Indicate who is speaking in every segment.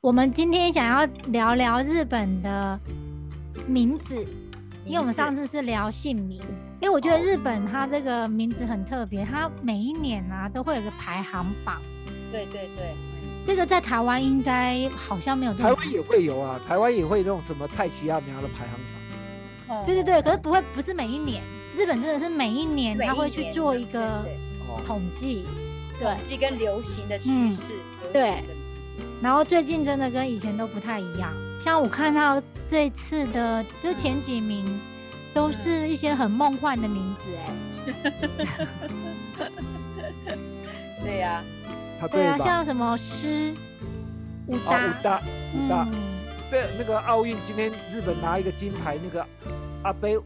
Speaker 1: 我们今天想要聊聊日本的名字，因为我们上次是聊姓名，因为我觉得日本它这个名字很特别，它每一年啊都会有个排行榜，
Speaker 2: 对对对，
Speaker 1: 这个在台湾应该好像没有这
Speaker 3: 台
Speaker 1: 个，
Speaker 3: 湾也会有啊，台湾也会那种什么蔡奇亚苗的排行榜，
Speaker 2: 嗯
Speaker 1: 对对对，可是不会不是每一年，日本真的是每一年
Speaker 2: 每一
Speaker 1: 它会去
Speaker 2: 年
Speaker 1: 做
Speaker 2: 对
Speaker 1: 一
Speaker 2: 对
Speaker 1: 个
Speaker 2: 对
Speaker 3: 哦，
Speaker 1: 统计，对
Speaker 2: 统，计跟流行的趋
Speaker 1: 嗯
Speaker 2: 势，流行
Speaker 1: 对
Speaker 2: 的名
Speaker 1: 然后最近真的跟以前都不太一样，像我看到这次的就前几名都是一些很梦幻的名字、哎、
Speaker 2: 字对呀，
Speaker 3: 他
Speaker 1: 对啊，
Speaker 3: 吧？
Speaker 1: 像什么诗、武
Speaker 3: 啊，
Speaker 1: 达，
Speaker 3: 武大武大，
Speaker 1: 嗯，
Speaker 3: 在那个奥运今天日本拿一个金牌，那个阿贝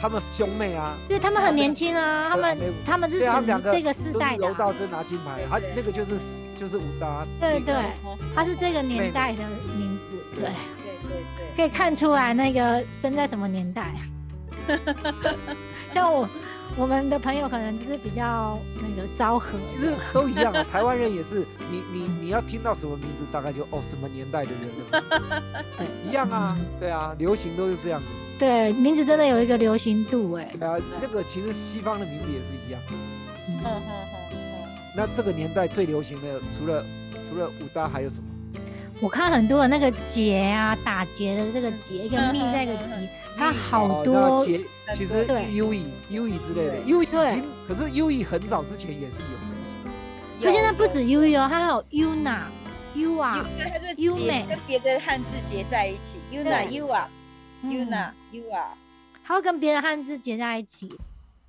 Speaker 3: 他们兄妹啊，
Speaker 1: 对他们很年轻啊，他们
Speaker 3: 对
Speaker 1: 他们是
Speaker 3: 对他们两个
Speaker 1: 这个世
Speaker 3: 都
Speaker 1: 代
Speaker 3: 是
Speaker 1: 的
Speaker 3: 柔
Speaker 1: 啊、
Speaker 3: 道真拿金牌，
Speaker 2: 对
Speaker 3: 他
Speaker 2: 对
Speaker 3: 那个就是就是武大，啊
Speaker 1: 对对
Speaker 2: 哦
Speaker 1: 他是这个年代的名字，对，
Speaker 2: 对对对，
Speaker 1: 可以看出来那个生在什么年 代。像我我们的朋友可能就是比较那个昭和的，
Speaker 3: 其实都一样啊。 台湾人也是，你你你要听到什么名字，大概就哦什么年代的人了，
Speaker 1: 对
Speaker 3: 一样啊，对啊，流行都是这样子。
Speaker 1: 对，名字真的有一个流行度哎、
Speaker 3: 对啊，那个其实西方的名字也是一样。
Speaker 2: 嗯嗯嗯
Speaker 3: 那这个年代最流行的，除了除了武大还有什么？
Speaker 1: 我看很多人那个结啊，打结的这个结，一个
Speaker 2: 嗯
Speaker 1: 密
Speaker 2: 嗯
Speaker 1: 在一个
Speaker 2: 嗯
Speaker 1: 集
Speaker 2: 嗯，
Speaker 1: 它好
Speaker 3: 哦
Speaker 1: 多
Speaker 3: 那杰
Speaker 2: 很多
Speaker 3: 其实
Speaker 1: 对嗯
Speaker 3: 优以优 E 以之类的，
Speaker 2: 对
Speaker 3: 优以已
Speaker 1: 对
Speaker 3: 经，可是优以很早之前也是有的。
Speaker 2: 嗯，
Speaker 1: 可现在
Speaker 2: 有
Speaker 1: 不止。U U，还有 Una、U 啊 a
Speaker 2: 有对，它就是
Speaker 1: U 美
Speaker 2: 结跟别的汉字结在一起，Yuna
Speaker 1: 对
Speaker 2: Yua
Speaker 1: 嗯
Speaker 2: Yuna Yua，
Speaker 1: 它会跟别的汉字结在一起，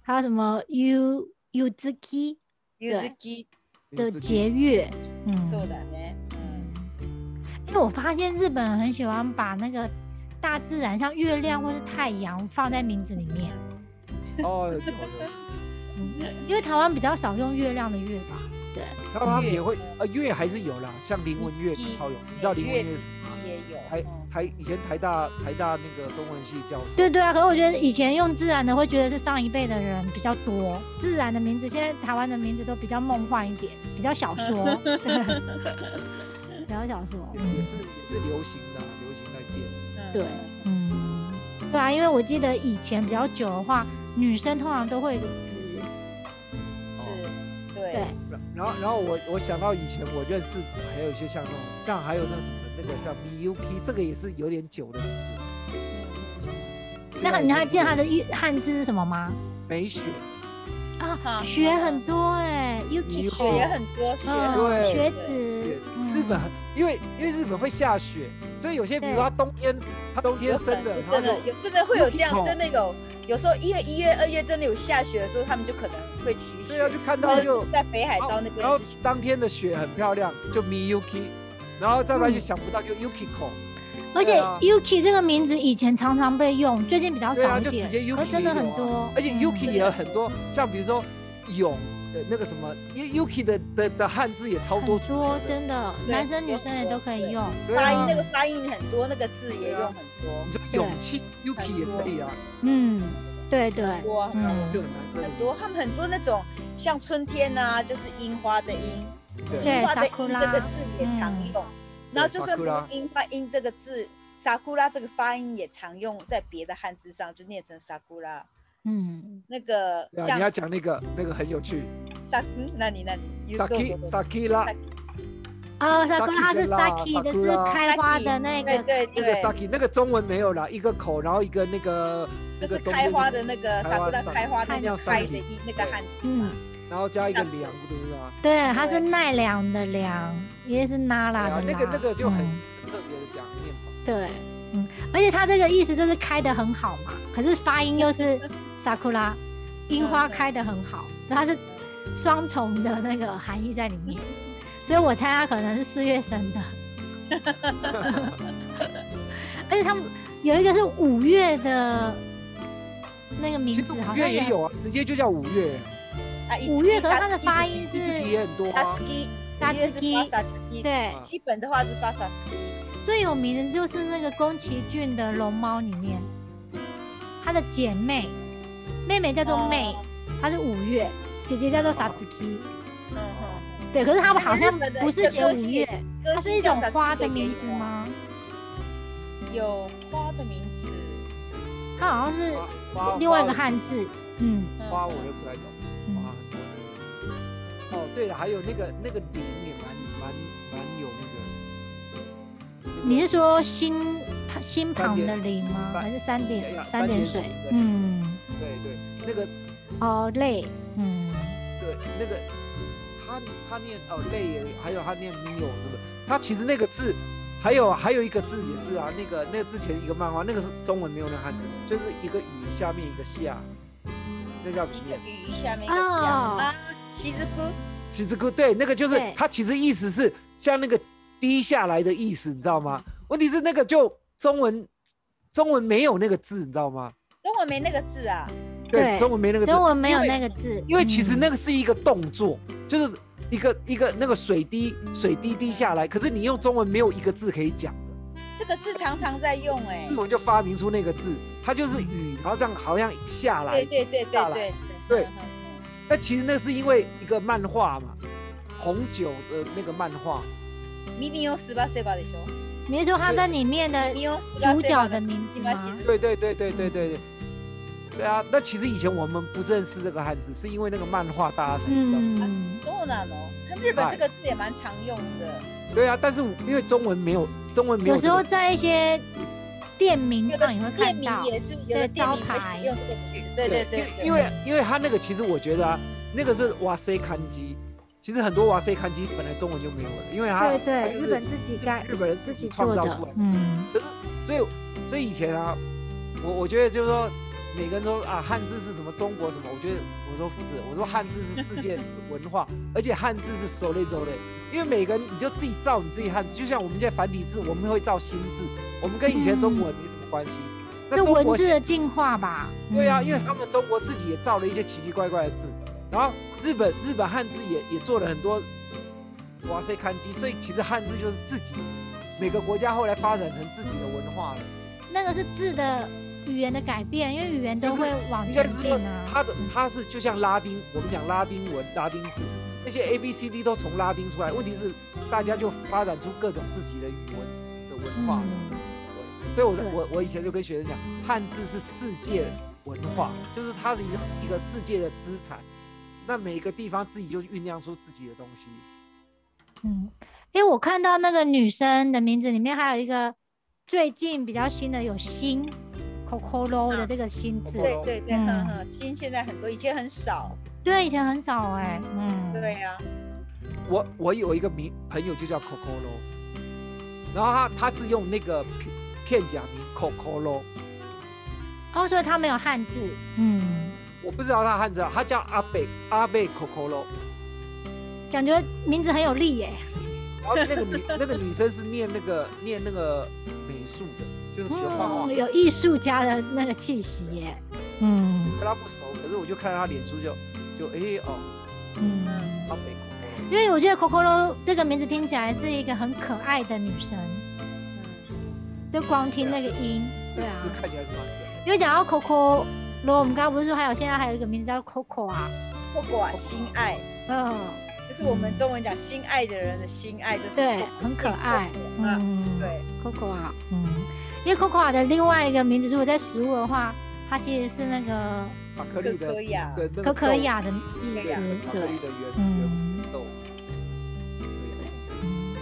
Speaker 1: 还有什么 U Uzuki
Speaker 2: Yuzuki
Speaker 1: 的
Speaker 3: 自己
Speaker 1: 节乐，嗯，
Speaker 2: そうだね。嗯，
Speaker 1: 因为我发现日本人很喜欢把那个大自然，像月亮或是太阳放在名字里面，嗯
Speaker 3: 哦， 有的，
Speaker 1: 因为台湾比较少用月亮的月吧，对，
Speaker 3: 然后他们
Speaker 2: 乐
Speaker 3: 也会呃乐还是有啦，像林文月
Speaker 2: 嗯
Speaker 3: 超有，你知道林文月是什么吗？
Speaker 2: 也有。
Speaker 3: 台
Speaker 2: 嗯
Speaker 3: 台以前台大台大那个中文系教授，
Speaker 1: 对对啊。可是我觉得以前用自然的会觉得是上一辈的人比较多，自然的名字，现在台湾的名字都比较梦幻一点，比较小说， 对比较小说，
Speaker 3: 也
Speaker 1: 嗯。
Speaker 3: 是也是流行的啊，流行在变。
Speaker 2: 嗯
Speaker 1: 对
Speaker 2: 嗯
Speaker 1: 嗯，对啊，因为我记得以前比较久的话，女生通常都会有个直，
Speaker 3: 哦
Speaker 2: 是，
Speaker 1: 对
Speaker 2: 对，
Speaker 3: 然然后然后我我想到以前我认识还有一些像那种像还有那什么那个像 Miyuki，这个也是有点久的名字。
Speaker 2: 嗯
Speaker 3: 现
Speaker 1: 那
Speaker 3: 在
Speaker 1: 你还记得它的
Speaker 3: 也
Speaker 1: 日汉字是什么吗？
Speaker 3: 美雪？
Speaker 1: 啊，
Speaker 2: 哈
Speaker 1: 学很多哎、y u k i
Speaker 3: 以
Speaker 2: 雪
Speaker 3: 后
Speaker 2: 也嗯很多，雪
Speaker 1: 嗯，
Speaker 2: 很
Speaker 3: 对
Speaker 1: 学
Speaker 2: 对
Speaker 1: 子，嗯
Speaker 3: 日本很因为因为日本会下雪，所以有些比如
Speaker 1: 对
Speaker 3: 说他冬天他冬天
Speaker 2: 有可
Speaker 3: 生
Speaker 2: 能
Speaker 3: 的，
Speaker 2: 就
Speaker 3: 然后
Speaker 2: 真的
Speaker 3: 就
Speaker 2: 有真的会有这样，
Speaker 3: Yukiko
Speaker 2: 真的有。有时候一月、一月、二月真的有下雪的时候，他们就可能会取
Speaker 3: 对啊
Speaker 2: 雪，
Speaker 3: 就看
Speaker 2: 或
Speaker 3: 到
Speaker 2: 者
Speaker 3: 就
Speaker 2: 在北海道那
Speaker 3: 然后
Speaker 2: 边是
Speaker 3: 当天的雪很漂亮，就 Miyuki，然后再来就
Speaker 1: 嗯
Speaker 3: 想不到就 Yukiko，
Speaker 1: 而且
Speaker 3: 对啊
Speaker 1: Yuki 这个名字以前常常被用，最近比较
Speaker 3: 对
Speaker 1: 少
Speaker 3: 啊
Speaker 1: 一
Speaker 3: 就
Speaker 1: 点，
Speaker 3: 直接 Yuki
Speaker 1: 可是真的
Speaker 3: 也有
Speaker 1: 很
Speaker 3: 啊
Speaker 1: 多。
Speaker 3: 而且
Speaker 1: 嗯
Speaker 3: Yuki 也有很多，像比如说勇呃那个什么 Yu- Yuki 的的的汉字也超
Speaker 1: 很
Speaker 3: 多组
Speaker 1: 多
Speaker 3: 合的
Speaker 1: 真的，
Speaker 2: 对
Speaker 1: 男生女生也都可以用。
Speaker 3: 对
Speaker 2: 发音
Speaker 3: 啊
Speaker 2: 那个发音很多，那个字也
Speaker 3: 对啊
Speaker 2: 用很多
Speaker 3: 你，说勇气 Yuki 也可以啊，
Speaker 1: 嗯，对对，
Speaker 2: 多啊
Speaker 1: 嗯
Speaker 3: 就很难生
Speaker 2: 很多，他们很多那种像春天呐、就是樱花的樱，
Speaker 1: 对
Speaker 2: 樱花的樱
Speaker 1: ，sakura
Speaker 2: 这个字也常用，然后就算不用
Speaker 3: sakura
Speaker 2: 樱花樱这个字。萨库拉这个发音也常用在别的汉字上，就念成萨库拉。
Speaker 1: 嗯，
Speaker 2: 那个
Speaker 3: 对啊，
Speaker 2: 像
Speaker 3: 你要讲那个那个很有趣
Speaker 2: 萨，嗯那你那你
Speaker 3: ，Saki Saki 啦，
Speaker 1: 啊，萨
Speaker 3: Saki
Speaker 1: 库拉是
Speaker 3: 的啦
Speaker 1: Saki 的是
Speaker 3: Sakura
Speaker 1: 开花的
Speaker 2: Saki，
Speaker 1: 那
Speaker 2: 对
Speaker 1: 个
Speaker 2: 对
Speaker 3: 那个
Speaker 2: 对，
Speaker 3: Saki 那个中文没有啦，一个口，然后一个那个
Speaker 2: 就
Speaker 3: 那
Speaker 2: 是
Speaker 3: 个中
Speaker 2: 开
Speaker 3: 间
Speaker 2: 花的那个萨
Speaker 3: 开
Speaker 2: 库
Speaker 3: 花
Speaker 2: 拉
Speaker 3: 萨
Speaker 2: 开花的那
Speaker 3: 叫
Speaker 2: 个开
Speaker 3: Saki，
Speaker 2: 的一那个
Speaker 3: 对
Speaker 2: 汉字
Speaker 1: 嗯
Speaker 2: 嘛。
Speaker 3: 然后加一个凉，对不对啊？
Speaker 1: 对，它是
Speaker 2: 对
Speaker 1: 奈良的良，也是娜拉的
Speaker 3: 对啊
Speaker 1: 拉。
Speaker 3: 那个那个就很
Speaker 1: 嗯
Speaker 3: 很特别的讲念法，
Speaker 1: 对，嗯，而且它这个意思就是开的很好嘛，可是发音又是 sakura，樱花开的很好，所以它是双重的那个含义在里面，所以我猜它可能是四月生的。而且他们有一个是五月的那个名
Speaker 3: 其实
Speaker 1: 字，好像
Speaker 3: 五月也有啊，直接就叫五月，
Speaker 2: 啊，
Speaker 1: 五月，哎可是它的发音
Speaker 3: 自己
Speaker 1: 是
Speaker 3: 也很多
Speaker 2: 萨
Speaker 3: 啊
Speaker 2: 斯。基，
Speaker 1: 萨
Speaker 2: 五月
Speaker 1: 斯
Speaker 2: 是
Speaker 1: 基
Speaker 2: 发萨斯基，
Speaker 1: 对
Speaker 3: 啊
Speaker 2: 基本的话是发萨斯基。
Speaker 1: 最有名的就是那个宫崎骏的《龙猫》里面，她的姐妹，妹妹叫做妹
Speaker 2: 哦，
Speaker 1: 她是五月，姐姐叫做傻子 K。
Speaker 2: 嗯嗯，
Speaker 1: 对，可是
Speaker 3: 哦
Speaker 1: 他们好像
Speaker 2: 日本的
Speaker 1: 不是
Speaker 2: 一个
Speaker 1: 写
Speaker 2: 歌
Speaker 1: 五
Speaker 2: 系
Speaker 1: 月，
Speaker 2: 歌
Speaker 1: 它是
Speaker 2: 星
Speaker 1: 一
Speaker 2: 叫
Speaker 1: 种
Speaker 2: 啥
Speaker 1: 花
Speaker 2: 子
Speaker 1: 的
Speaker 2: 给
Speaker 1: 名
Speaker 2: 我
Speaker 1: 字？吗？
Speaker 2: 有花
Speaker 3: 嗯
Speaker 2: 的名字，
Speaker 1: 它好像是
Speaker 3: 花
Speaker 1: 另外一个汉字，嗯，
Speaker 2: 嗯
Speaker 3: 花我又不太懂，
Speaker 1: 嗯
Speaker 3: 花很多东西。哦，对了，还有那个那个铃也蛮蛮蛮有那个。那个
Speaker 1: 你是说心心旁的零吗？
Speaker 3: 嗯三点
Speaker 1: 还是三
Speaker 3: 呀呀
Speaker 1: 点三点水
Speaker 3: 三点水？对
Speaker 1: 嗯，
Speaker 3: 对对，那个
Speaker 1: 哦，累，嗯，
Speaker 3: 对那个他他念哦累也，还有他念 mio 是不是？他其实那个字，还有还有一个字也是啊，那个那个之前一个漫画，那个是中文没有那汉字，就是一个雨下面一个下，那叫什么
Speaker 2: 一个
Speaker 3: 念？
Speaker 2: 雨下面一个
Speaker 1: 哦
Speaker 2: 下啊，西之歌，
Speaker 3: 其实歌对，那个就是
Speaker 1: 对
Speaker 3: 它其实意思是像那个滴下来的意思，你知道吗？问题是那个就中文中文没有那个字，你知道吗？
Speaker 2: 中文没那个字啊，
Speaker 1: 对
Speaker 3: 中文没那个字，
Speaker 1: 中文没有
Speaker 3: 因为
Speaker 1: 那个字，
Speaker 3: 因为其实那
Speaker 1: 嗯
Speaker 3: 个是一个动作，就是一个一个那个水滴水滴滴下来，可是你用中文没有一个字可以讲的，
Speaker 2: 这个字常常在用哎
Speaker 3: 日，文就发明出那个字，它就是雨，然后这样好像下来
Speaker 2: 对。对对对
Speaker 3: 下来
Speaker 2: 对
Speaker 3: 对
Speaker 2: 嗯嗯嗯
Speaker 3: 那其实那是因为一个漫画嘛，红酒的那个漫画，
Speaker 2: ミミオスバセバでしょ。
Speaker 1: 你是说他在里面的
Speaker 2: ミオスバセバ
Speaker 1: 主角的名字吗
Speaker 2: 西之
Speaker 3: 对对对对对对对。对啊，那其实以前我们不认识这个汉字，是因为那个漫画大家才知道。
Speaker 1: 嗯，
Speaker 2: そうなの？它哦日本这个字也蛮常用的，
Speaker 3: 对啊，但是我因为中文没有，中文没
Speaker 1: 有
Speaker 3: 有这
Speaker 1: 时
Speaker 3: 个、
Speaker 1: 候在一些店名
Speaker 2: 有的
Speaker 1: 上也会
Speaker 2: 店
Speaker 1: 看
Speaker 2: 名
Speaker 1: 到，
Speaker 2: 也是，有
Speaker 1: 对
Speaker 2: 的店名
Speaker 1: 招牌
Speaker 2: 会使用这个名字。对对对，对
Speaker 3: 因为因为因为他那个其实我觉得啊，那个是哇塞看机，其实很多哇塞看机本来中文就没有了，因为他
Speaker 1: 对对
Speaker 3: 它，就是
Speaker 1: 日本自己盖
Speaker 3: 日本人自
Speaker 1: 自己
Speaker 3: 己创
Speaker 1: 做
Speaker 3: 造
Speaker 1: 的
Speaker 3: 出来，，
Speaker 1: 嗯，
Speaker 3: 可是所以所以以前啊，我我觉得就是说每个人说啊汉字是什么中国什么，我觉得我说不是，我说汉字是世界文化，而且汉字是手累手累，因为每个人你就自己造你自己汉字，就像我们现在繁体字，我们会造新字，我们跟以前中文没什么关系。那
Speaker 1: 这
Speaker 3: 中
Speaker 1: 嗯文
Speaker 3: 国
Speaker 1: 字的进化吧，
Speaker 3: 对啊，
Speaker 1: 嗯
Speaker 3: 因为他们中国自己也造了一些奇奇怪怪的字，然后日本日本汉字也也做了很多哇塞看机，所以其实汉字就是自己每个国家后来发展成自己的文化了。
Speaker 1: 那个是字的语言的改变，因为语言都
Speaker 3: 就是
Speaker 1: 会往
Speaker 3: 应该
Speaker 1: 前
Speaker 3: 是
Speaker 1: 进
Speaker 3: 说
Speaker 1: 啊。
Speaker 3: 它的它是就像拉丁，我们讲拉丁文、拉丁字，那些 A B C D 都从拉丁出来，问题是大家就发展出各种自己的语文的文化了。
Speaker 1: 嗯，
Speaker 3: 对所以我
Speaker 1: 对
Speaker 3: 我我以前就跟学生讲，汉字是世界文化，就是它是一个一个世界的资产。那每个地方自己就酝酿出自己的东西。
Speaker 1: 嗯，因为我看到那个女生的名字里面还有一个最近比较新的有“新 ”，“kokoro” 的这个“新”字，
Speaker 2: 对对对，
Speaker 1: 嗯
Speaker 2: 哼哼，新现在很多，以前很少。
Speaker 1: 对，以前很少哎、嗯，
Speaker 2: 对，啊呀，
Speaker 3: 我我有一个名朋友就叫 Coco o 然后他他是用那个片片假名 Coco o
Speaker 1: 哦，所以它没有汉字，嗯，
Speaker 3: 我不知道他汉字啊，他叫阿贝阿贝 Coco o
Speaker 1: 感觉名字很有力哎耶、
Speaker 3: 然后那个女那个女生是念那个念那个美术的，就是学画画
Speaker 1: 嗯，。有艺术家的那个气息耶、嗯
Speaker 3: 跟他不熟，可是我就看他脸书就就哎哦，
Speaker 1: 嗯。
Speaker 3: 阿贝 Coco o
Speaker 1: 因为我觉得 Kokoro 这个名字听起来是一个很可爱的女生，
Speaker 2: 嗯
Speaker 1: 就光听那个音， 对啊。
Speaker 3: 是看起来是蛮可爱的。
Speaker 1: 因为讲到 Coco 罗，我们刚刚不是说还有现在还有一个名字叫 Coco 啊，
Speaker 2: 不管心爱，
Speaker 1: 嗯，
Speaker 2: 就是我们中文讲心爱的人的心爱，就是
Speaker 1: 对，很可爱，
Speaker 2: 嗯，
Speaker 1: 嗯，
Speaker 2: 对，
Speaker 1: ，Coco 啊，嗯，因为 Coco 啊的另外一个名字，如果在食物的话，它其实是那个
Speaker 3: 法克
Speaker 2: 可
Speaker 3: 力的
Speaker 2: 可以啊，
Speaker 3: 对那个
Speaker 1: 可可
Speaker 3: 豆
Speaker 1: 亚的意思
Speaker 2: 对啊，
Speaker 3: 法克
Speaker 1: 对
Speaker 3: 力，的原
Speaker 1: 嗯
Speaker 3: 原豆。对
Speaker 1: 嗯，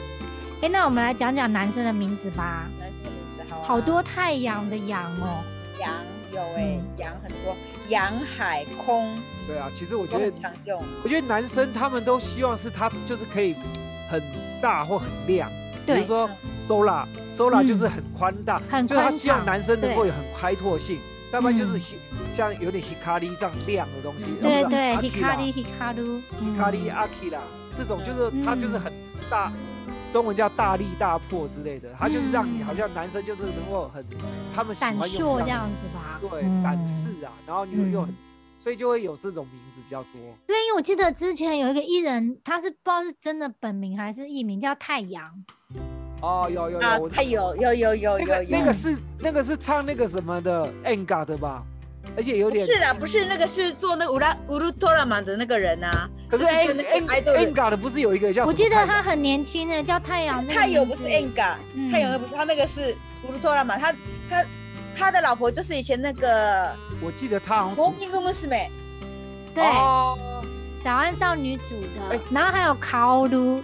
Speaker 1: 哎，那我们来讲讲男生的名字吧，
Speaker 2: 男生的名字好啊
Speaker 1: 好多太阳的阳哦，
Speaker 2: 羊有哎
Speaker 1: 嗯，
Speaker 2: 羊很多，羊海空
Speaker 3: 对啊，其实我觉
Speaker 2: 都很
Speaker 3: 得
Speaker 2: 常用。
Speaker 3: 我觉得男生他们都希望是他就是可以很大或很亮，比如
Speaker 1: 对，嗯
Speaker 3: 说 Sola Sola 就是很宽大，
Speaker 1: 很
Speaker 3: 就是他
Speaker 1: 宽
Speaker 3: 希望
Speaker 1: 敞，
Speaker 3: 男生能
Speaker 1: 对
Speaker 3: 够有很开拓性，要不然就是
Speaker 1: 嗯
Speaker 3: hi- 像有点 Hikari 这样亮的东西，
Speaker 1: 对对
Speaker 3: ，Hikari
Speaker 1: ，Hikari Hikaru，嗯
Speaker 3: Hikari Akira 这种就是他就是很大，中文叫大力大破之类的，他就是让你
Speaker 1: 嗯
Speaker 3: 好像男生就是能够很他们喜欢
Speaker 1: 闪
Speaker 3: 用
Speaker 1: 烁
Speaker 3: 的
Speaker 1: 嗯这样子吧，
Speaker 3: 对，
Speaker 1: 嗯
Speaker 3: 胆识啊，然后又又很
Speaker 1: 嗯，
Speaker 3: 所以就会有这种名字比较多。
Speaker 1: 对，因为我记得之前有一个艺人，他是不知道是真的本名还是艺名，叫太阳。
Speaker 3: 哦，有有
Speaker 2: 啊
Speaker 3: 有，我，
Speaker 2: 他有有有有
Speaker 3: 那个
Speaker 2: 有
Speaker 3: 那
Speaker 2: 有
Speaker 3: 个，是那个是唱那个什么的 Enga 的吧？而且有
Speaker 2: 不
Speaker 3: 点
Speaker 2: 是啦，不是那个是做那个乌拉乌鲁托拉曼的那个人啊，
Speaker 3: 可是
Speaker 2: 就是
Speaker 3: N
Speaker 2: 跟那个
Speaker 3: N
Speaker 2: idol 人
Speaker 3: N 嘎的不是有一个叫
Speaker 1: 我
Speaker 3: 什么
Speaker 1: 记得
Speaker 3: 泰
Speaker 1: 他很年轻的，叫太
Speaker 3: 啊
Speaker 1: 阳。
Speaker 2: 太友不是 Enga，
Speaker 1: 嗯
Speaker 2: 太友那不是他那个是乌鲁托拉玛，他他他的老婆就是以前那个
Speaker 3: 的我记得他好像
Speaker 2: 魔
Speaker 3: 主
Speaker 2: 音公司美，
Speaker 1: 对，
Speaker 3: 哦
Speaker 1: 早安少女组的
Speaker 3: 哎，
Speaker 1: 然后还有烤炉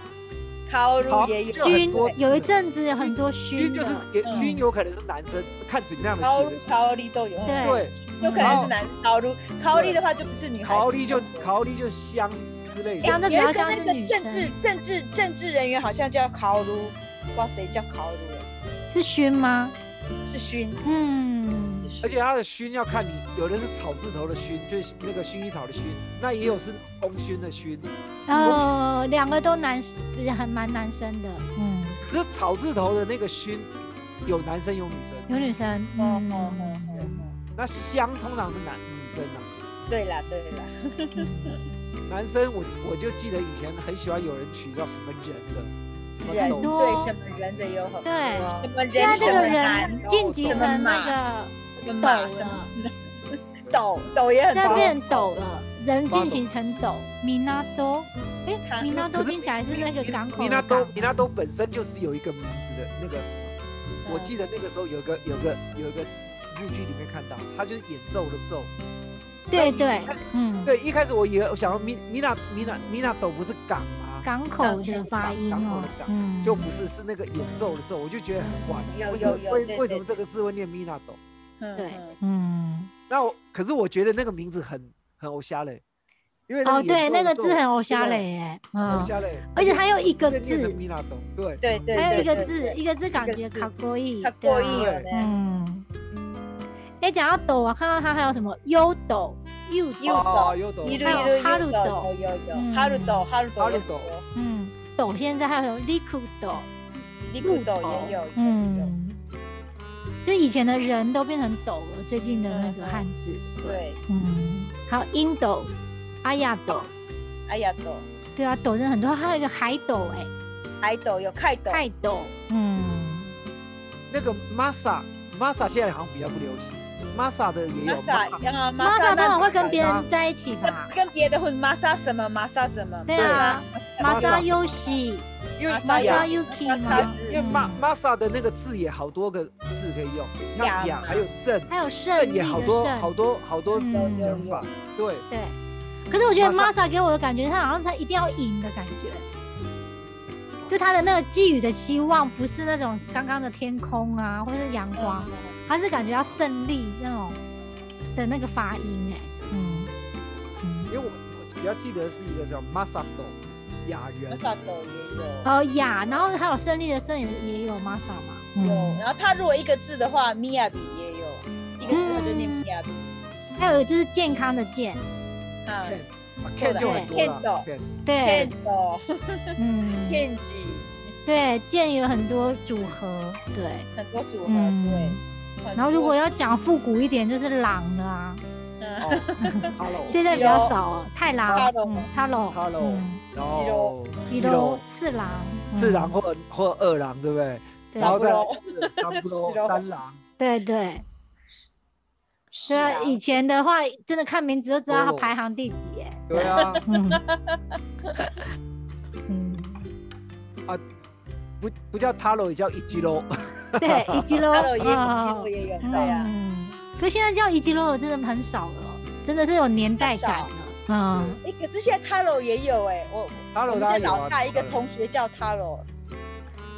Speaker 2: 考
Speaker 3: 好
Speaker 2: 鲁也有
Speaker 3: 就很
Speaker 1: 熏
Speaker 3: 多，
Speaker 1: 有一阵子有很多熏
Speaker 3: 军就是
Speaker 1: 的，
Speaker 3: 也
Speaker 2: 嗯
Speaker 3: 军有可能是男生，看怎么样的
Speaker 2: 考
Speaker 3: 写
Speaker 2: 鲁
Speaker 3: 的。
Speaker 2: 考力都有，
Speaker 1: 对
Speaker 3: 对，
Speaker 2: 有可能是男考鲁考力的话就不是女孩子，
Speaker 3: 考虑就考虑就香之类
Speaker 1: 香
Speaker 3: 的。
Speaker 1: 的比
Speaker 2: 有
Speaker 1: 较
Speaker 2: 一
Speaker 1: 像是
Speaker 2: 个那个
Speaker 1: 女
Speaker 2: 政治
Speaker 1: 生，
Speaker 2: 政治政治人员好像叫考鲁，不知道谁叫考鲁，
Speaker 1: 是熏吗？
Speaker 2: 是勋，
Speaker 1: 嗯，
Speaker 2: 是
Speaker 3: 而
Speaker 2: 勋
Speaker 3: 且他的熏要看你，有的是草字头的熏，就是那个薰衣草的熏，那也有是功熏的熏。
Speaker 1: 呃，两个都男，不是很蛮男生的，嗯，
Speaker 3: 可是草字头的那个熏，有男生有女生，
Speaker 1: 有女生，
Speaker 2: 哦
Speaker 1: 嗯，
Speaker 2: 哦哦哦哦
Speaker 3: 那香通常是男女生啊。
Speaker 2: 对啦对啦，
Speaker 3: 男生我我就记得以前很喜欢有人取叫什么人的，什么
Speaker 2: 人
Speaker 1: 很
Speaker 3: 龙
Speaker 1: 多
Speaker 2: 对什么人的有很多，
Speaker 1: 对。
Speaker 3: 啊
Speaker 2: 什么
Speaker 1: 现在
Speaker 2: 人
Speaker 1: 这
Speaker 2: 什
Speaker 1: 个
Speaker 2: 么男
Speaker 1: 人晋级
Speaker 3: 哦
Speaker 1: 成那个
Speaker 2: 什
Speaker 1: 抖
Speaker 2: 么马什么
Speaker 1: 了，
Speaker 2: 抖抖也很
Speaker 1: 现在
Speaker 2: 多。
Speaker 1: 变抖了，人晋级成抖。米纳多，哎，
Speaker 2: 他
Speaker 1: 米纳多
Speaker 3: 可是
Speaker 1: 听起来是那个港口
Speaker 3: 米
Speaker 1: 的
Speaker 3: 纳
Speaker 1: 港
Speaker 3: 都米纳都本身就是有一个名字的那个什么，我记得那个时候有个有个有一个日剧里面看到，他就是演奏的奏。
Speaker 1: 对
Speaker 3: 那一
Speaker 1: 对，嗯，
Speaker 3: 对，一开始我以为我想要米米娜米娜米娜斗不是港吗？
Speaker 1: 港口的发音
Speaker 3: 港
Speaker 1: 哦
Speaker 3: 口的，港
Speaker 1: 嗯，
Speaker 3: 就不是，是那个演奏的奏，我就觉得很怪，
Speaker 2: 有
Speaker 3: 为什么
Speaker 2: 有有
Speaker 3: 为
Speaker 2: 对
Speaker 3: 为什么
Speaker 2: 对
Speaker 3: 这个字会念米娜斗？
Speaker 2: 嗯
Speaker 1: 对
Speaker 2: 嗯，
Speaker 1: 嗯，
Speaker 3: 那我可是我觉得那个名字很很偶像嘞，因为
Speaker 1: 哦，对，那个字很偶
Speaker 3: 偶
Speaker 1: 像，嘞，哎，
Speaker 3: 偶
Speaker 1: 嗯，
Speaker 3: 像嘞，
Speaker 1: 而且它又一个
Speaker 3: 这念成
Speaker 1: 字，
Speaker 3: 米娜斗，对，
Speaker 2: 对对，
Speaker 1: 还有一
Speaker 2: 对
Speaker 1: 个字，，一个字感觉卡过意，
Speaker 2: 他
Speaker 1: 对啊
Speaker 2: 过瘾
Speaker 3: 哦
Speaker 2: 了呢，
Speaker 1: 嗯。哎，讲到抖，我看到它还有什么优抖、又
Speaker 2: 又
Speaker 1: 抖，
Speaker 3: 哦
Speaker 2: 抖
Speaker 3: 又抖
Speaker 2: 一路
Speaker 1: 还
Speaker 2: 一
Speaker 1: 有
Speaker 2: 路一
Speaker 1: 哈
Speaker 2: 路
Speaker 1: 鲁
Speaker 2: 抖
Speaker 1: 斗，
Speaker 2: 有有
Speaker 1: 嗯
Speaker 2: 有，哈鲁抖哈鲁
Speaker 3: 哈
Speaker 2: 抖
Speaker 3: 鲁
Speaker 2: 也
Speaker 3: 抖
Speaker 2: 有，
Speaker 1: 嗯，抖现在还有什么 liquid 抖，
Speaker 2: 尼古抖也有，嗯，
Speaker 1: 嗯，就以前的人都变成斗了，最近的那个汉字，
Speaker 2: 对，
Speaker 1: 嗯，还有英斗、阿亚斗，
Speaker 2: 哎呀抖，
Speaker 1: 对啊，斗人很多，还有一个海斗、欸，
Speaker 2: 海抖有凯
Speaker 1: 哎，
Speaker 2: 抖，
Speaker 1: 泰斗，嗯，
Speaker 3: 那个 Masa Masa 现在好像比较不流行，Masa 的也有
Speaker 2: 玛莎
Speaker 3: Masa，
Speaker 2: 啊，
Speaker 1: 玛莎
Speaker 2: 玛莎
Speaker 1: 通
Speaker 2: 那
Speaker 1: 常会跟别人在一起吧？
Speaker 2: 跟别的混，玛莎什么玛莎怎么，
Speaker 1: 对啊，玛
Speaker 3: 玛莎
Speaker 1: 莎优喜，
Speaker 3: 因为
Speaker 1: 玛莎
Speaker 2: 玛莎
Speaker 1: 优
Speaker 2: 有
Speaker 1: k
Speaker 2: 玛
Speaker 1: 吗
Speaker 2: 莎？
Speaker 3: 因为 Ma Masa 的那个字也好多个字可以用，你看
Speaker 2: 呀
Speaker 3: 雅还有正，
Speaker 1: 还有胜
Speaker 3: 正
Speaker 1: 利
Speaker 3: 也
Speaker 1: 的
Speaker 3: 好多好
Speaker 1: 胜，
Speaker 3: 多好多
Speaker 1: 嗯
Speaker 3: 讲法，对，
Speaker 1: 对。可是我觉得玛
Speaker 3: 玛
Speaker 1: 莎给我的感觉，她好像她一定要赢的感觉。就她的那个寄予的希望，不是那种刚刚的天空啊，或是阳光，
Speaker 2: 嗯
Speaker 1: 她是感觉要胜利那种的那个发音哎、嗯嗯，
Speaker 3: 因为我我比较记得是一个叫 Masa 斗雅
Speaker 2: 玛
Speaker 3: 人，
Speaker 2: 莎抖也有。
Speaker 1: 哦雅，然后还有胜利的胜也也有玛莎嘛，
Speaker 2: 有，
Speaker 1: 嗯，
Speaker 2: 然后他如果一个字的话，米亚比也有，一个字他就念米亚比，
Speaker 1: 还有就是健康的健，嗯
Speaker 2: 啊
Speaker 3: Ken 就很多了
Speaker 2: Ken 斗
Speaker 3: Ken
Speaker 1: 对
Speaker 2: ，Ken，斗
Speaker 1: 嗯，
Speaker 2: ，Ken 吉，
Speaker 1: 对健有很多组合，对，
Speaker 2: 很多组合，
Speaker 1: 嗯，
Speaker 2: 对。很多
Speaker 1: 然后如果要讲复古一点，就是朗了啊，
Speaker 2: 嗯
Speaker 3: 哦，Hello，
Speaker 1: 现在比较少哦，太郎，
Speaker 2: Hello
Speaker 1: 嗯，Hello 嗯
Speaker 3: Hello 然
Speaker 2: 肌
Speaker 3: 后
Speaker 2: 肉
Speaker 1: 吉罗次郎，嗯
Speaker 3: 次郎或或二郎，对不对？
Speaker 1: 对
Speaker 3: 然后再来
Speaker 2: 差
Speaker 3: 是三
Speaker 2: 是哦
Speaker 3: 郎、三郎，
Speaker 1: 对对，
Speaker 2: 是
Speaker 1: 对
Speaker 2: 啊
Speaker 1: 啊，以前的话真的看名字就知道他
Speaker 3: 哦
Speaker 1: 排行第几耶，
Speaker 3: 对啊，
Speaker 1: 嗯，嗯，
Speaker 3: 啊不不叫 Taro 也叫 Ichiro，
Speaker 1: 对，一吉 罗，
Speaker 2: ，Hello 也有，肌
Speaker 1: 嗯
Speaker 2: 肉也有，对啊呀，
Speaker 1: 嗯，可现在叫一吉罗的真的很少了，真的是有年代感了，嗯，
Speaker 2: 哎，可是现在 Taro 也有哎，我我
Speaker 3: Taro
Speaker 2: 们
Speaker 3: 当
Speaker 2: 家
Speaker 3: 然有啊
Speaker 2: 老大一个
Speaker 3: Taro
Speaker 2: 同学叫 Taro，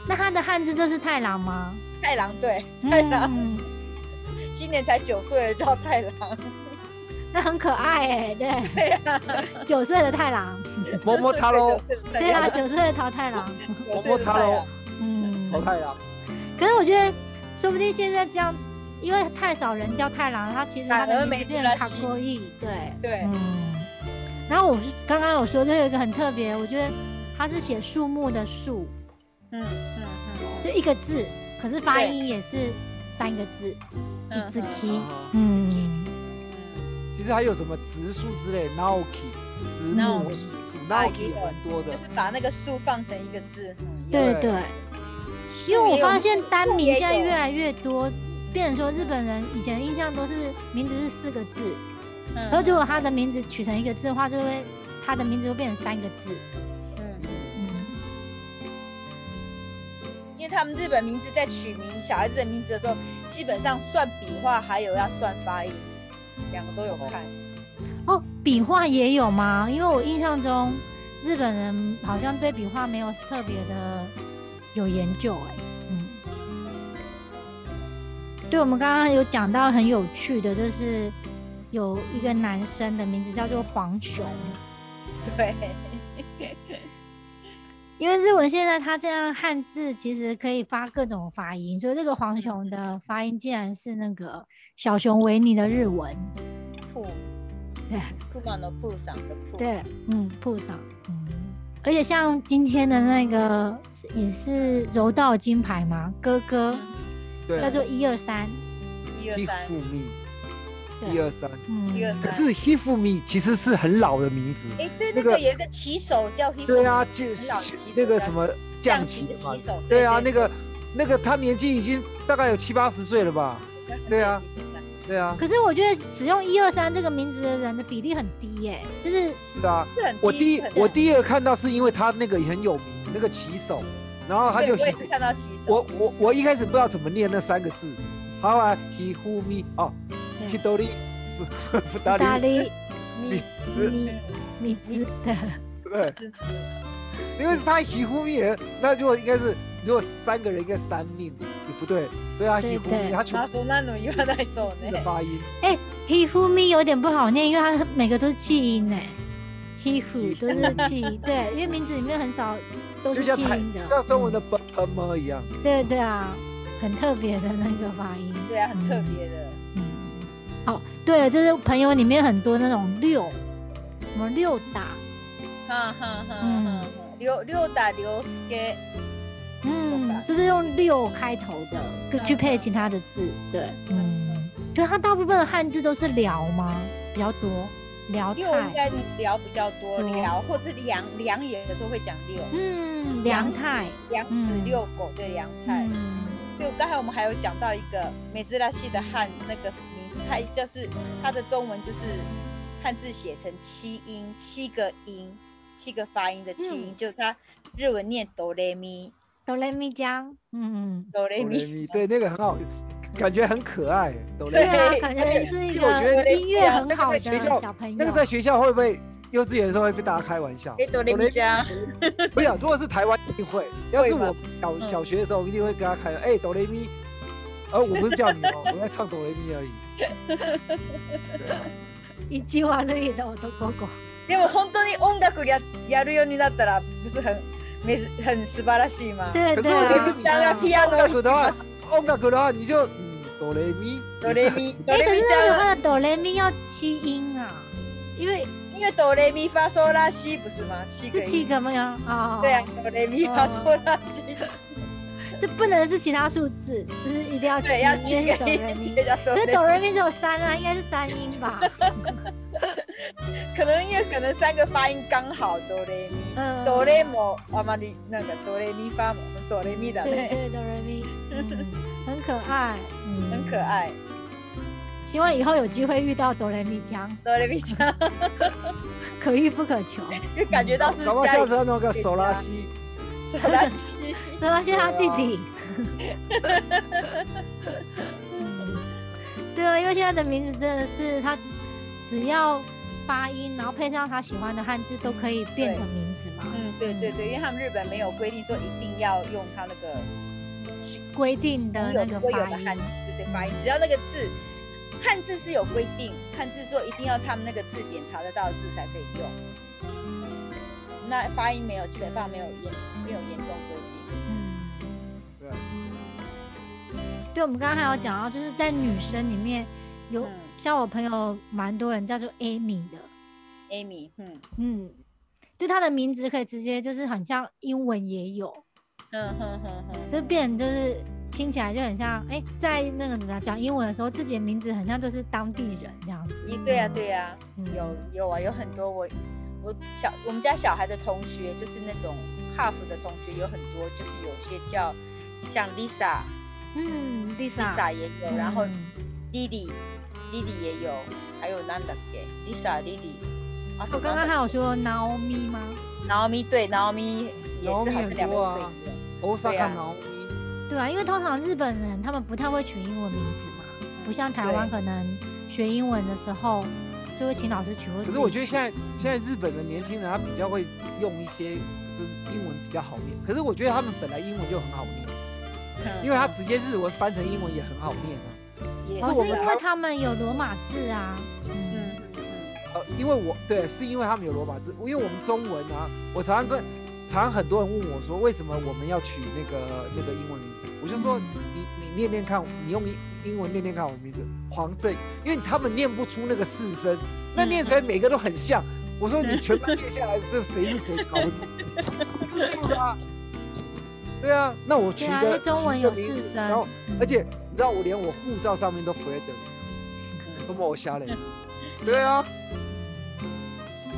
Speaker 1: 那他的汉字就是太郎吗？
Speaker 2: 太郎对，太郎
Speaker 1: 嗯，
Speaker 2: 今年才九岁的叫太郎，
Speaker 1: 那很可爱哎，对，
Speaker 2: 对呀，
Speaker 1: 九岁的太郎，
Speaker 3: 摸摸 Taro，
Speaker 1: 对啊，
Speaker 2: 九
Speaker 1: 九岁的桃太郎，
Speaker 3: 摸
Speaker 2: 岁
Speaker 3: 摸
Speaker 2: 的太
Speaker 3: Taro，
Speaker 2: 郎，
Speaker 1: 嗯，
Speaker 3: 桃太郎，
Speaker 1: 可是我觉得，说不定现在这样，因为太少人叫太郎，他其实他
Speaker 2: 反
Speaker 1: 的
Speaker 2: 而
Speaker 1: 名字
Speaker 2: 没
Speaker 1: 变成
Speaker 2: 人来
Speaker 1: 卡
Speaker 2: 吸
Speaker 1: 过意，对，
Speaker 2: 对
Speaker 1: 嗯。然后我是刚刚有说，就有一个很特别，我觉得他是写树木的树，
Speaker 2: 嗯嗯嗯
Speaker 1: 就一个字，可是发音也是三个字，
Speaker 2: 嗯
Speaker 1: 一字
Speaker 2: 嗯
Speaker 1: k，
Speaker 3: 啊
Speaker 1: 嗯，
Speaker 2: 嗯，
Speaker 3: 其实还有什么植树之类，Naoki，植木
Speaker 2: Naoki
Speaker 3: ，Naoki 也蛮多的
Speaker 2: 就，是把那个树放成一个字，嗯
Speaker 1: 对
Speaker 3: 对
Speaker 1: 对，
Speaker 2: 树
Speaker 1: 因为我
Speaker 2: 也有
Speaker 1: 发现单
Speaker 2: 木
Speaker 1: 名
Speaker 2: 也
Speaker 1: 现在
Speaker 2: 有
Speaker 1: 越来越多变成说日本人以前的印象都是名字是四个字，
Speaker 2: 嗯
Speaker 1: 然后如果他的名字取成一个字的话，就会他的名字会变成三个字。
Speaker 2: 嗯，
Speaker 1: 嗯，
Speaker 2: 因为他们日本名字在取名小孩子的名字的时候，基本上算笔画，还有要算发音，两个都有看。
Speaker 1: 哦，笔画也有吗？因为我印象中日本人好像对笔画没有特别的有研究、哎，嗯。对，我们刚刚有讲到很有趣的，就是有一个男生的名字叫做黄雄，
Speaker 2: 对，
Speaker 1: 因为日文现在它这样汉字其实可以发各种发音，所以这个黄熊的发音竟然是那个小熊维尼的日文。
Speaker 2: 铺
Speaker 1: 对
Speaker 2: 库玛诺铺上的铺，
Speaker 1: 对，嗯，铺上，嗯。而且像今天的那个也是柔道金牌嘛，哥哥叫
Speaker 3: 对
Speaker 1: 做一二三，
Speaker 2: 一二三，
Speaker 3: ，Hifumi，一
Speaker 1: 对，
Speaker 3: 二三。
Speaker 1: 嗯，
Speaker 2: 一二
Speaker 3: 可
Speaker 2: 三。
Speaker 3: 是 Hifumi 其实是很老的名字，
Speaker 2: 哎，对，
Speaker 3: 那
Speaker 2: 那
Speaker 3: 个
Speaker 2: 个有一个骑手叫 h i
Speaker 3: 对啊，就
Speaker 2: 很老的名字
Speaker 3: 那个什么
Speaker 2: 降
Speaker 3: 降
Speaker 2: 旗
Speaker 3: 旗
Speaker 2: 的
Speaker 3: 的嘛
Speaker 2: 骑，手，
Speaker 3: 对啊，那个那个他年纪已经大概有七八十岁了吧？
Speaker 2: 对
Speaker 3: 对啊，对啊，
Speaker 1: 可是我觉得使用一二三这个名字的人的比例很低耶、就是
Speaker 3: 是啊。
Speaker 2: 是很低
Speaker 3: 我第一
Speaker 2: 很
Speaker 3: 我第一个看到是因为他那个也很有名，那个骑手，然后他
Speaker 2: 对
Speaker 3: 就
Speaker 2: 我也是看到骑手，
Speaker 3: 我我我一开始不知道怎么念那三个字，后来 Hifumi 哦
Speaker 1: 对
Speaker 3: ，Hidori，不达
Speaker 1: 大
Speaker 3: 利，
Speaker 1: 力
Speaker 2: 你
Speaker 1: 米米兹的，
Speaker 3: 对，因为他喜呼灭，那如果应该是如果三个人应该是三令，也不对，所以他喜呼
Speaker 1: 对
Speaker 3: 灭，
Speaker 1: 对
Speaker 3: 他全
Speaker 2: 那
Speaker 3: 部
Speaker 2: 说那种言わないそう
Speaker 3: 的
Speaker 2: ね。
Speaker 3: 发音，
Speaker 1: 哎、h e who me 有点不好念，因为它每个都是气音呢。He who 都是气音，对，因为名字里面很少都
Speaker 3: 就是像
Speaker 1: 气
Speaker 3: 台
Speaker 1: 音的。
Speaker 3: 像中文的本本么一样。
Speaker 1: 嗯对对啊，很特别的那个发音。
Speaker 2: 对啊，很特别的。
Speaker 1: 嗯。哦，对了，就是朋友里面很多那种六，什么六打，
Speaker 2: 哈哈哈
Speaker 1: 嗯
Speaker 2: 哈。六六打六斯给，六
Speaker 1: 嗯
Speaker 2: 打，
Speaker 1: 就是用六开头的，就去配其他的字。对，嗯。可是它大部分的汉字都是辽吗？比较多，辽
Speaker 2: 六应
Speaker 1: 泰，
Speaker 2: 该聊比较多，
Speaker 1: 多
Speaker 2: 聊或者梁梁也有时候会讲六，
Speaker 1: 嗯，
Speaker 2: 梁
Speaker 1: 梁泰，
Speaker 2: 梁子
Speaker 1: 嗯
Speaker 2: 遛狗对梁太。
Speaker 1: 嗯。
Speaker 2: 对，刚才我们还有讲到一个美兹拉系的汉那个名字，它就是它的中文就是汉字写成七音，七个音，七个发音的七音，
Speaker 1: 嗯
Speaker 2: 就是它日文念哆来咪，
Speaker 1: 哆来咪酱，嗯，
Speaker 2: 哆来
Speaker 3: 哆来
Speaker 2: 咪，
Speaker 3: 咪对，那个很好，感觉很可爱。哆
Speaker 1: 对
Speaker 3: 来咪，
Speaker 1: 啊，
Speaker 2: 对
Speaker 1: 感觉是一
Speaker 3: 因为我觉
Speaker 1: 个
Speaker 3: 得
Speaker 1: 音乐很好
Speaker 3: 那个在学校
Speaker 1: 的小朋友。
Speaker 3: 那个在学校会不会幼稚园的时候会被大家开玩笑？
Speaker 2: 哎，哆来咪加，
Speaker 3: 不想，如果是台湾一定会，要是
Speaker 2: 会吗
Speaker 3: 我小小学的时候，我一定会跟他开，哎，哆来咪，呃，我不是叫你哦，我在唱哆来咪而已。对啊
Speaker 1: 一句话累的我都狗狗。
Speaker 2: でも本当に音楽ややるようになったら不是很美很素晴らしい吗？
Speaker 1: 对
Speaker 3: 可是
Speaker 1: 对啊，
Speaker 3: 问题是你
Speaker 2: 当然
Speaker 1: 哎，
Speaker 2: 屁
Speaker 1: 可
Speaker 2: 呀
Speaker 3: 音楽的话，音楽的话你就嗯哆来咪，
Speaker 2: 哆来咪，哆来咪
Speaker 1: 哎是那个
Speaker 2: 加，
Speaker 1: 它的哆来咪要七音啊，因为
Speaker 2: 因为哆来咪发嗦拉西不是吗？七个
Speaker 1: 是七
Speaker 2: 音，
Speaker 1: 个吗？啊，哦
Speaker 2: 对啊，，哆来咪发嗦拉西，
Speaker 1: 这不能是其他数字，就是一定要七，
Speaker 2: 对，要七
Speaker 1: 因为
Speaker 2: 个
Speaker 1: 是哆来
Speaker 2: 音
Speaker 1: 咪，那哆。来咪
Speaker 2: 才。叫哆来咪
Speaker 1: 只有三啊，应该是三音 吧？
Speaker 2: 可能因为可能三个发音刚好，哆来咪，
Speaker 1: 嗯，
Speaker 2: 哆来莫，阿玛里那个哆来咪发莫，哆来咪的，
Speaker 1: 对对哆来 咪，嗯很可爱，嗯
Speaker 2: 很可。爱。
Speaker 1: 希望以后有机会遇到哆来咪酱，
Speaker 2: 哆来咪加，
Speaker 1: 可遇不可求。
Speaker 2: 就感觉到是
Speaker 3: 搞不好
Speaker 2: 家
Speaker 3: 下
Speaker 2: 里
Speaker 3: 次要弄个手拉西，
Speaker 2: 手拉西。
Speaker 1: 所以发现他弟 弟。嗯对啊，因为现在的名字真的是他，只要发音，然后配上他喜欢的汉字，都可以变成名字嘛。
Speaker 2: 嗯，对对对，因为他们日本没有规定说一定要用他那个
Speaker 1: 规定的
Speaker 2: 常
Speaker 1: 那
Speaker 2: 有
Speaker 1: 个
Speaker 2: 规有
Speaker 1: 发
Speaker 2: 的
Speaker 1: 音，
Speaker 2: 汉字对发音，只要那个字汉字是有规定，汉字说一定要他们那个字典查得到的字才可以用。那发音没有，基本上没有严没有严重规定。
Speaker 1: 嗯，
Speaker 3: 对，
Speaker 2: 啊
Speaker 1: 对，我们刚刚还有讲到，就是在女生里面有、
Speaker 2: 嗯
Speaker 1: 像我朋友蛮多人叫做 Amy 的，
Speaker 2: Amy，嗯
Speaker 1: 嗯，就她的名字可以直接就是很像英文也有，
Speaker 2: 嗯哼哼哼，
Speaker 1: 就变成就是听起来就很像，哎、在那个怎么样讲英文的时候，自己的名字很像就是当地人这样子。
Speaker 2: 一对呀、对呀、
Speaker 1: 嗯
Speaker 2: 有有啊，有很多我我小我们家小孩的同学，就是那种哈佛的同学，有很多就是有些叫像 Lisa，
Speaker 1: 嗯嗯，Lisa，
Speaker 2: Lisa 也有，然后
Speaker 1: 嗯
Speaker 2: Lily Lily 也有，还有 Nanda 给 Lisa Lily。啊，
Speaker 1: 我哦刚刚还有说 Naomi 吗？
Speaker 2: Naomi 对 Naomi 也是好像两个
Speaker 1: 啊
Speaker 2: 都可以用。
Speaker 3: 欧萨
Speaker 2: 对
Speaker 3: 卡
Speaker 2: 啊
Speaker 3: 挠
Speaker 1: 对啊，因为通常日本人他们不太会取英文名字嘛，不像台湾可能学英文的时候就会请老师取或。
Speaker 3: 可是我觉得现在现在日本的年轻人他比较会用一些就是英文比较好念，可是我觉得他们本来英文就很好念，因为他直接日文翻成英文也很好念啊。
Speaker 2: 也
Speaker 1: 哦，
Speaker 3: 是
Speaker 1: 是
Speaker 3: 我们
Speaker 1: 因
Speaker 3: 台
Speaker 1: 为他们有罗马字啊。嗯，
Speaker 2: 嗯嗯嗯
Speaker 3: 呃，因为我对，是因为他们有罗马字，因为我们中文啊，我常常跟常常很多人问我说，为什么我们要取那个那个英文名字？我就说
Speaker 1: 嗯
Speaker 3: 你你念念看，你用英英文念念看我名字黄正，因为他们念不出那个四声，那念起来每个都很像。我说你全班念下来，这谁是谁搞的？就是这样子啊。对啊，那我取
Speaker 1: 对啊因
Speaker 3: 个
Speaker 1: 为中文
Speaker 3: 取个
Speaker 1: 有
Speaker 3: 名字
Speaker 1: 四声
Speaker 3: 然后
Speaker 1: 嗯
Speaker 3: 而且你知道我连我护照上面都 Fred，都没有瞎 嘞。对啊。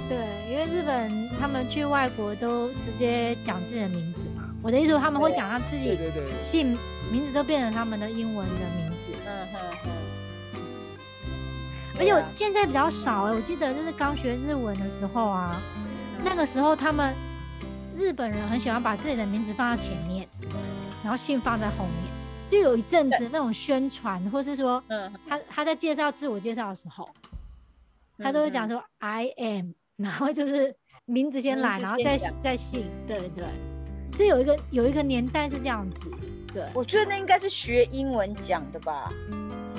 Speaker 1: 对，因为日本他们去外国都直接讲自己的名字嘛。我的意思，他们会讲他自
Speaker 3: 对
Speaker 1: 己
Speaker 3: 对对，
Speaker 1: 姓名字都变成他们的英文的名字，
Speaker 2: 嗯嗯嗯。
Speaker 3: 啊
Speaker 1: 嗯而且我
Speaker 2: 啊
Speaker 1: 现在比较少哎、我记得就是刚学日文的时候啊，
Speaker 2: 嗯
Speaker 1: 那个时候他们日本人很喜欢把自己的名字放在前面，
Speaker 2: 嗯
Speaker 1: 然后姓放在后面，就有一阵子那种宣传，或是说
Speaker 2: 嗯
Speaker 1: 他他在介绍自我介绍的时候，他都会
Speaker 3: 嗯
Speaker 1: 讲说 I am，然 后就是名字先来，
Speaker 2: 名字
Speaker 1: 然后
Speaker 2: 先
Speaker 1: 再
Speaker 2: 讲
Speaker 1: 再姓，对对，就有一个有一个年代是这样子，对。
Speaker 2: 我觉得那应该是学英文讲的吧，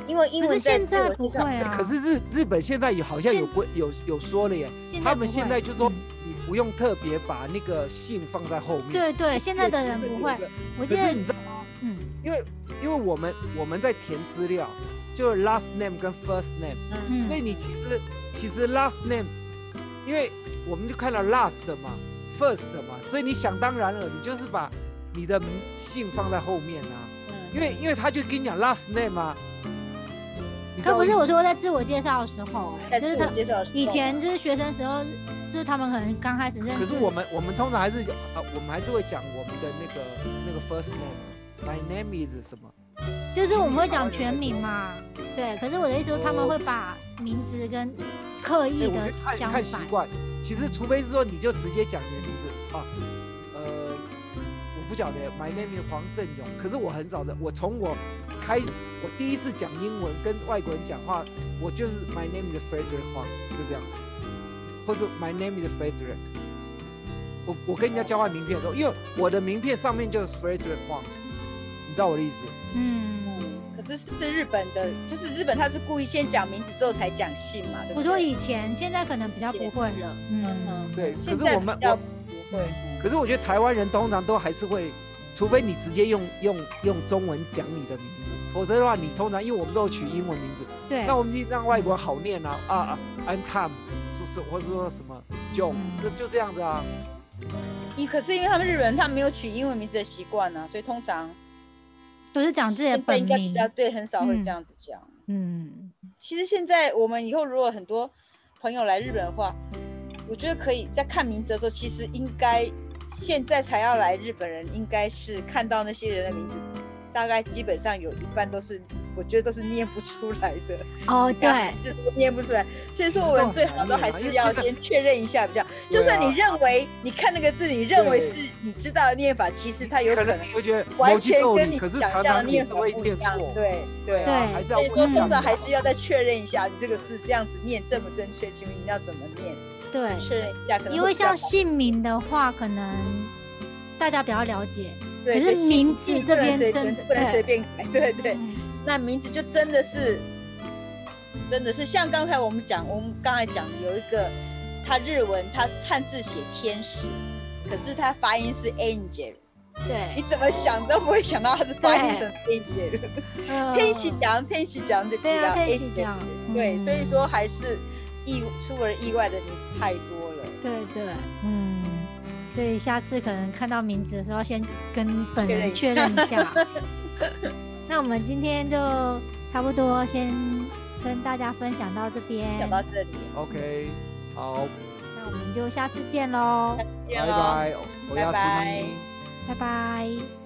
Speaker 2: 因为英
Speaker 1: 可
Speaker 2: 文
Speaker 1: 是现
Speaker 2: 自
Speaker 1: 在
Speaker 2: 我
Speaker 1: 不
Speaker 2: 介
Speaker 1: 会
Speaker 2: 绍
Speaker 1: 啊，
Speaker 3: 哎可是日日本现在有好像有规有有说了耶，
Speaker 1: 现在
Speaker 3: 他
Speaker 1: 不
Speaker 3: 们现
Speaker 1: 会
Speaker 3: 在就说
Speaker 1: 嗯
Speaker 3: 你不用特别把那个姓放在后面。
Speaker 1: 对对，现在的人
Speaker 3: 对
Speaker 1: 不会。。
Speaker 3: 对
Speaker 1: 我记
Speaker 3: 对可
Speaker 1: 得
Speaker 3: 是你知道，
Speaker 1: 嗯，
Speaker 3: 因为因为我们我们在填资料，就是 last name 跟 first name，
Speaker 1: 嗯
Speaker 3: 所以你其实其实 last name，因为我们就看到 last 的嘛，first 的嘛，所以你想当然了，你就是把你的姓放在后面啊，
Speaker 2: 嗯
Speaker 3: 因为因为他就跟你讲 last name 啊。你知
Speaker 1: 可
Speaker 3: 道
Speaker 1: 不是
Speaker 3: 意思
Speaker 1: 我说在自我介绍的时候、哎，
Speaker 2: 在
Speaker 1: 就是
Speaker 2: 自
Speaker 1: 他
Speaker 2: 我介绍的时候
Speaker 1: 以前就是学生时候，就是他们可能刚开始认识，
Speaker 3: 可是我们我们通常还是啊，我们还是会讲我们的那个那个 first name。My name is 什么？
Speaker 1: 就是我们会讲全名嘛，对。可是我的意思说，他们会把名字跟刻
Speaker 3: 哎、
Speaker 1: 意
Speaker 3: 我觉
Speaker 1: 的
Speaker 3: 得看
Speaker 1: 相
Speaker 3: 看习
Speaker 1: 反，
Speaker 3: 惯。其实，除非是说你就直接讲你的名字啊，呃，我不晓得，My name is 黄振勇。可是我很少的，我从我开我第一次讲英文跟外国人讲话，我就是 My name is Frederick 黄，就这样，或者 My name is Frederick。我我跟人家交换名片的时候，因为我的名片上面就是 Frederick 黄，你知道我的意思？
Speaker 1: 嗯。
Speaker 2: 可是是日本的，就是日本他是故意先讲名字之后才讲姓嘛，对不
Speaker 1: 我
Speaker 2: 对？
Speaker 1: 说以前，现在可能比较不会了，嗯。
Speaker 3: 对
Speaker 2: 现
Speaker 3: 可是
Speaker 2: 在
Speaker 3: 我们
Speaker 2: 比较
Speaker 3: 我嗯
Speaker 2: 不会，
Speaker 3: 可是我觉得台湾人通常都还是会，除非你直接用用用中文讲你的名字，否则的话，你通常因为我们都有取英文名字，
Speaker 1: 对
Speaker 3: 那，我们就让外国人好念啊啊啊，I'm Tom，是不是？或是说什么 John，这
Speaker 2: 嗯
Speaker 3: 就这样子啊。
Speaker 2: 你可是因为呃他们日本人，他们没有取英文名字的习惯呢，所以通呃常
Speaker 1: 都是讲自己的
Speaker 2: 现在
Speaker 1: 本
Speaker 2: 应该比
Speaker 1: 名，
Speaker 2: 较对，很少会
Speaker 1: 嗯
Speaker 2: 这样子讲。
Speaker 1: 嗯，
Speaker 2: 其实现在我们以后如果很多朋友来日本的话，我觉得可以在看名字的时候，其实应该现在才要来日本人，应该是看到那些人的名字，大概基本上有一半都是，我觉得都是念不出来的。
Speaker 1: 哦，
Speaker 2: 其他
Speaker 1: 对，
Speaker 2: 名字都念不出来，所以
Speaker 3: 嗯
Speaker 2: 说我们最好都还是要先确认一下比较。
Speaker 3: 啊
Speaker 2: 就算你认为你看那个字，你认为是你知道的念法，其实它有
Speaker 3: 可
Speaker 2: 可
Speaker 3: 能
Speaker 2: 能
Speaker 3: 你会觉得
Speaker 2: 完全
Speaker 3: 逻
Speaker 2: 跟
Speaker 3: 辑道理
Speaker 2: 你
Speaker 3: 可是
Speaker 2: 想
Speaker 3: 常
Speaker 2: 象的
Speaker 3: 常你
Speaker 2: 念
Speaker 3: 是
Speaker 2: 法
Speaker 3: 会
Speaker 2: 不一
Speaker 3: 念
Speaker 2: 样
Speaker 3: 错。。
Speaker 2: 对对啊。
Speaker 3: 啊，还是要
Speaker 2: 所以
Speaker 3: 问
Speaker 2: 说，
Speaker 3: 一下
Speaker 2: 通常还是要再确认一下，你这个字这样子念正不正确？请问你要怎么念？
Speaker 1: 对，
Speaker 2: 确认一下，可能
Speaker 1: 因
Speaker 2: 会
Speaker 1: 为
Speaker 2: 比较
Speaker 1: 像
Speaker 2: 好
Speaker 1: 姓名的话，可能大家比较了解，
Speaker 2: 对
Speaker 1: 可
Speaker 2: 对
Speaker 1: 是
Speaker 2: 姓
Speaker 1: 名字
Speaker 2: 姓
Speaker 1: 这
Speaker 2: 不能
Speaker 1: 边
Speaker 2: 随
Speaker 1: 真
Speaker 2: 便
Speaker 1: 的
Speaker 2: 不能
Speaker 1: 对
Speaker 2: 随便改，对对。
Speaker 1: 嗯
Speaker 2: 那名字就真的是，真的是像刚才我们讲，我们刚才讲的有一个，他日文他汉字写天使，可是他发音是 angel，你
Speaker 1: 对，
Speaker 2: 怎么想都不会想到他是发音成 angel。
Speaker 1: 呃
Speaker 2: 天使讲天使讲的
Speaker 1: 对啊天使
Speaker 2: angel，
Speaker 1: 讲
Speaker 2: 对，
Speaker 1: 嗯
Speaker 2: 所以说还是意出人意外的名字太多了。
Speaker 1: 对对，嗯，所以下次可能看到名字的时候，先跟本人确
Speaker 2: 确
Speaker 1: 认一 下。那我们今天就差不多先跟大家分享到这边，
Speaker 2: 讲到这里，
Speaker 3: OK，好，
Speaker 1: 那我们就下次见喽，
Speaker 2: 见
Speaker 3: 拜
Speaker 2: 咯
Speaker 3: 拜，我
Speaker 2: 拜
Speaker 3: 要
Speaker 2: 拜
Speaker 3: 思
Speaker 1: 拜拜。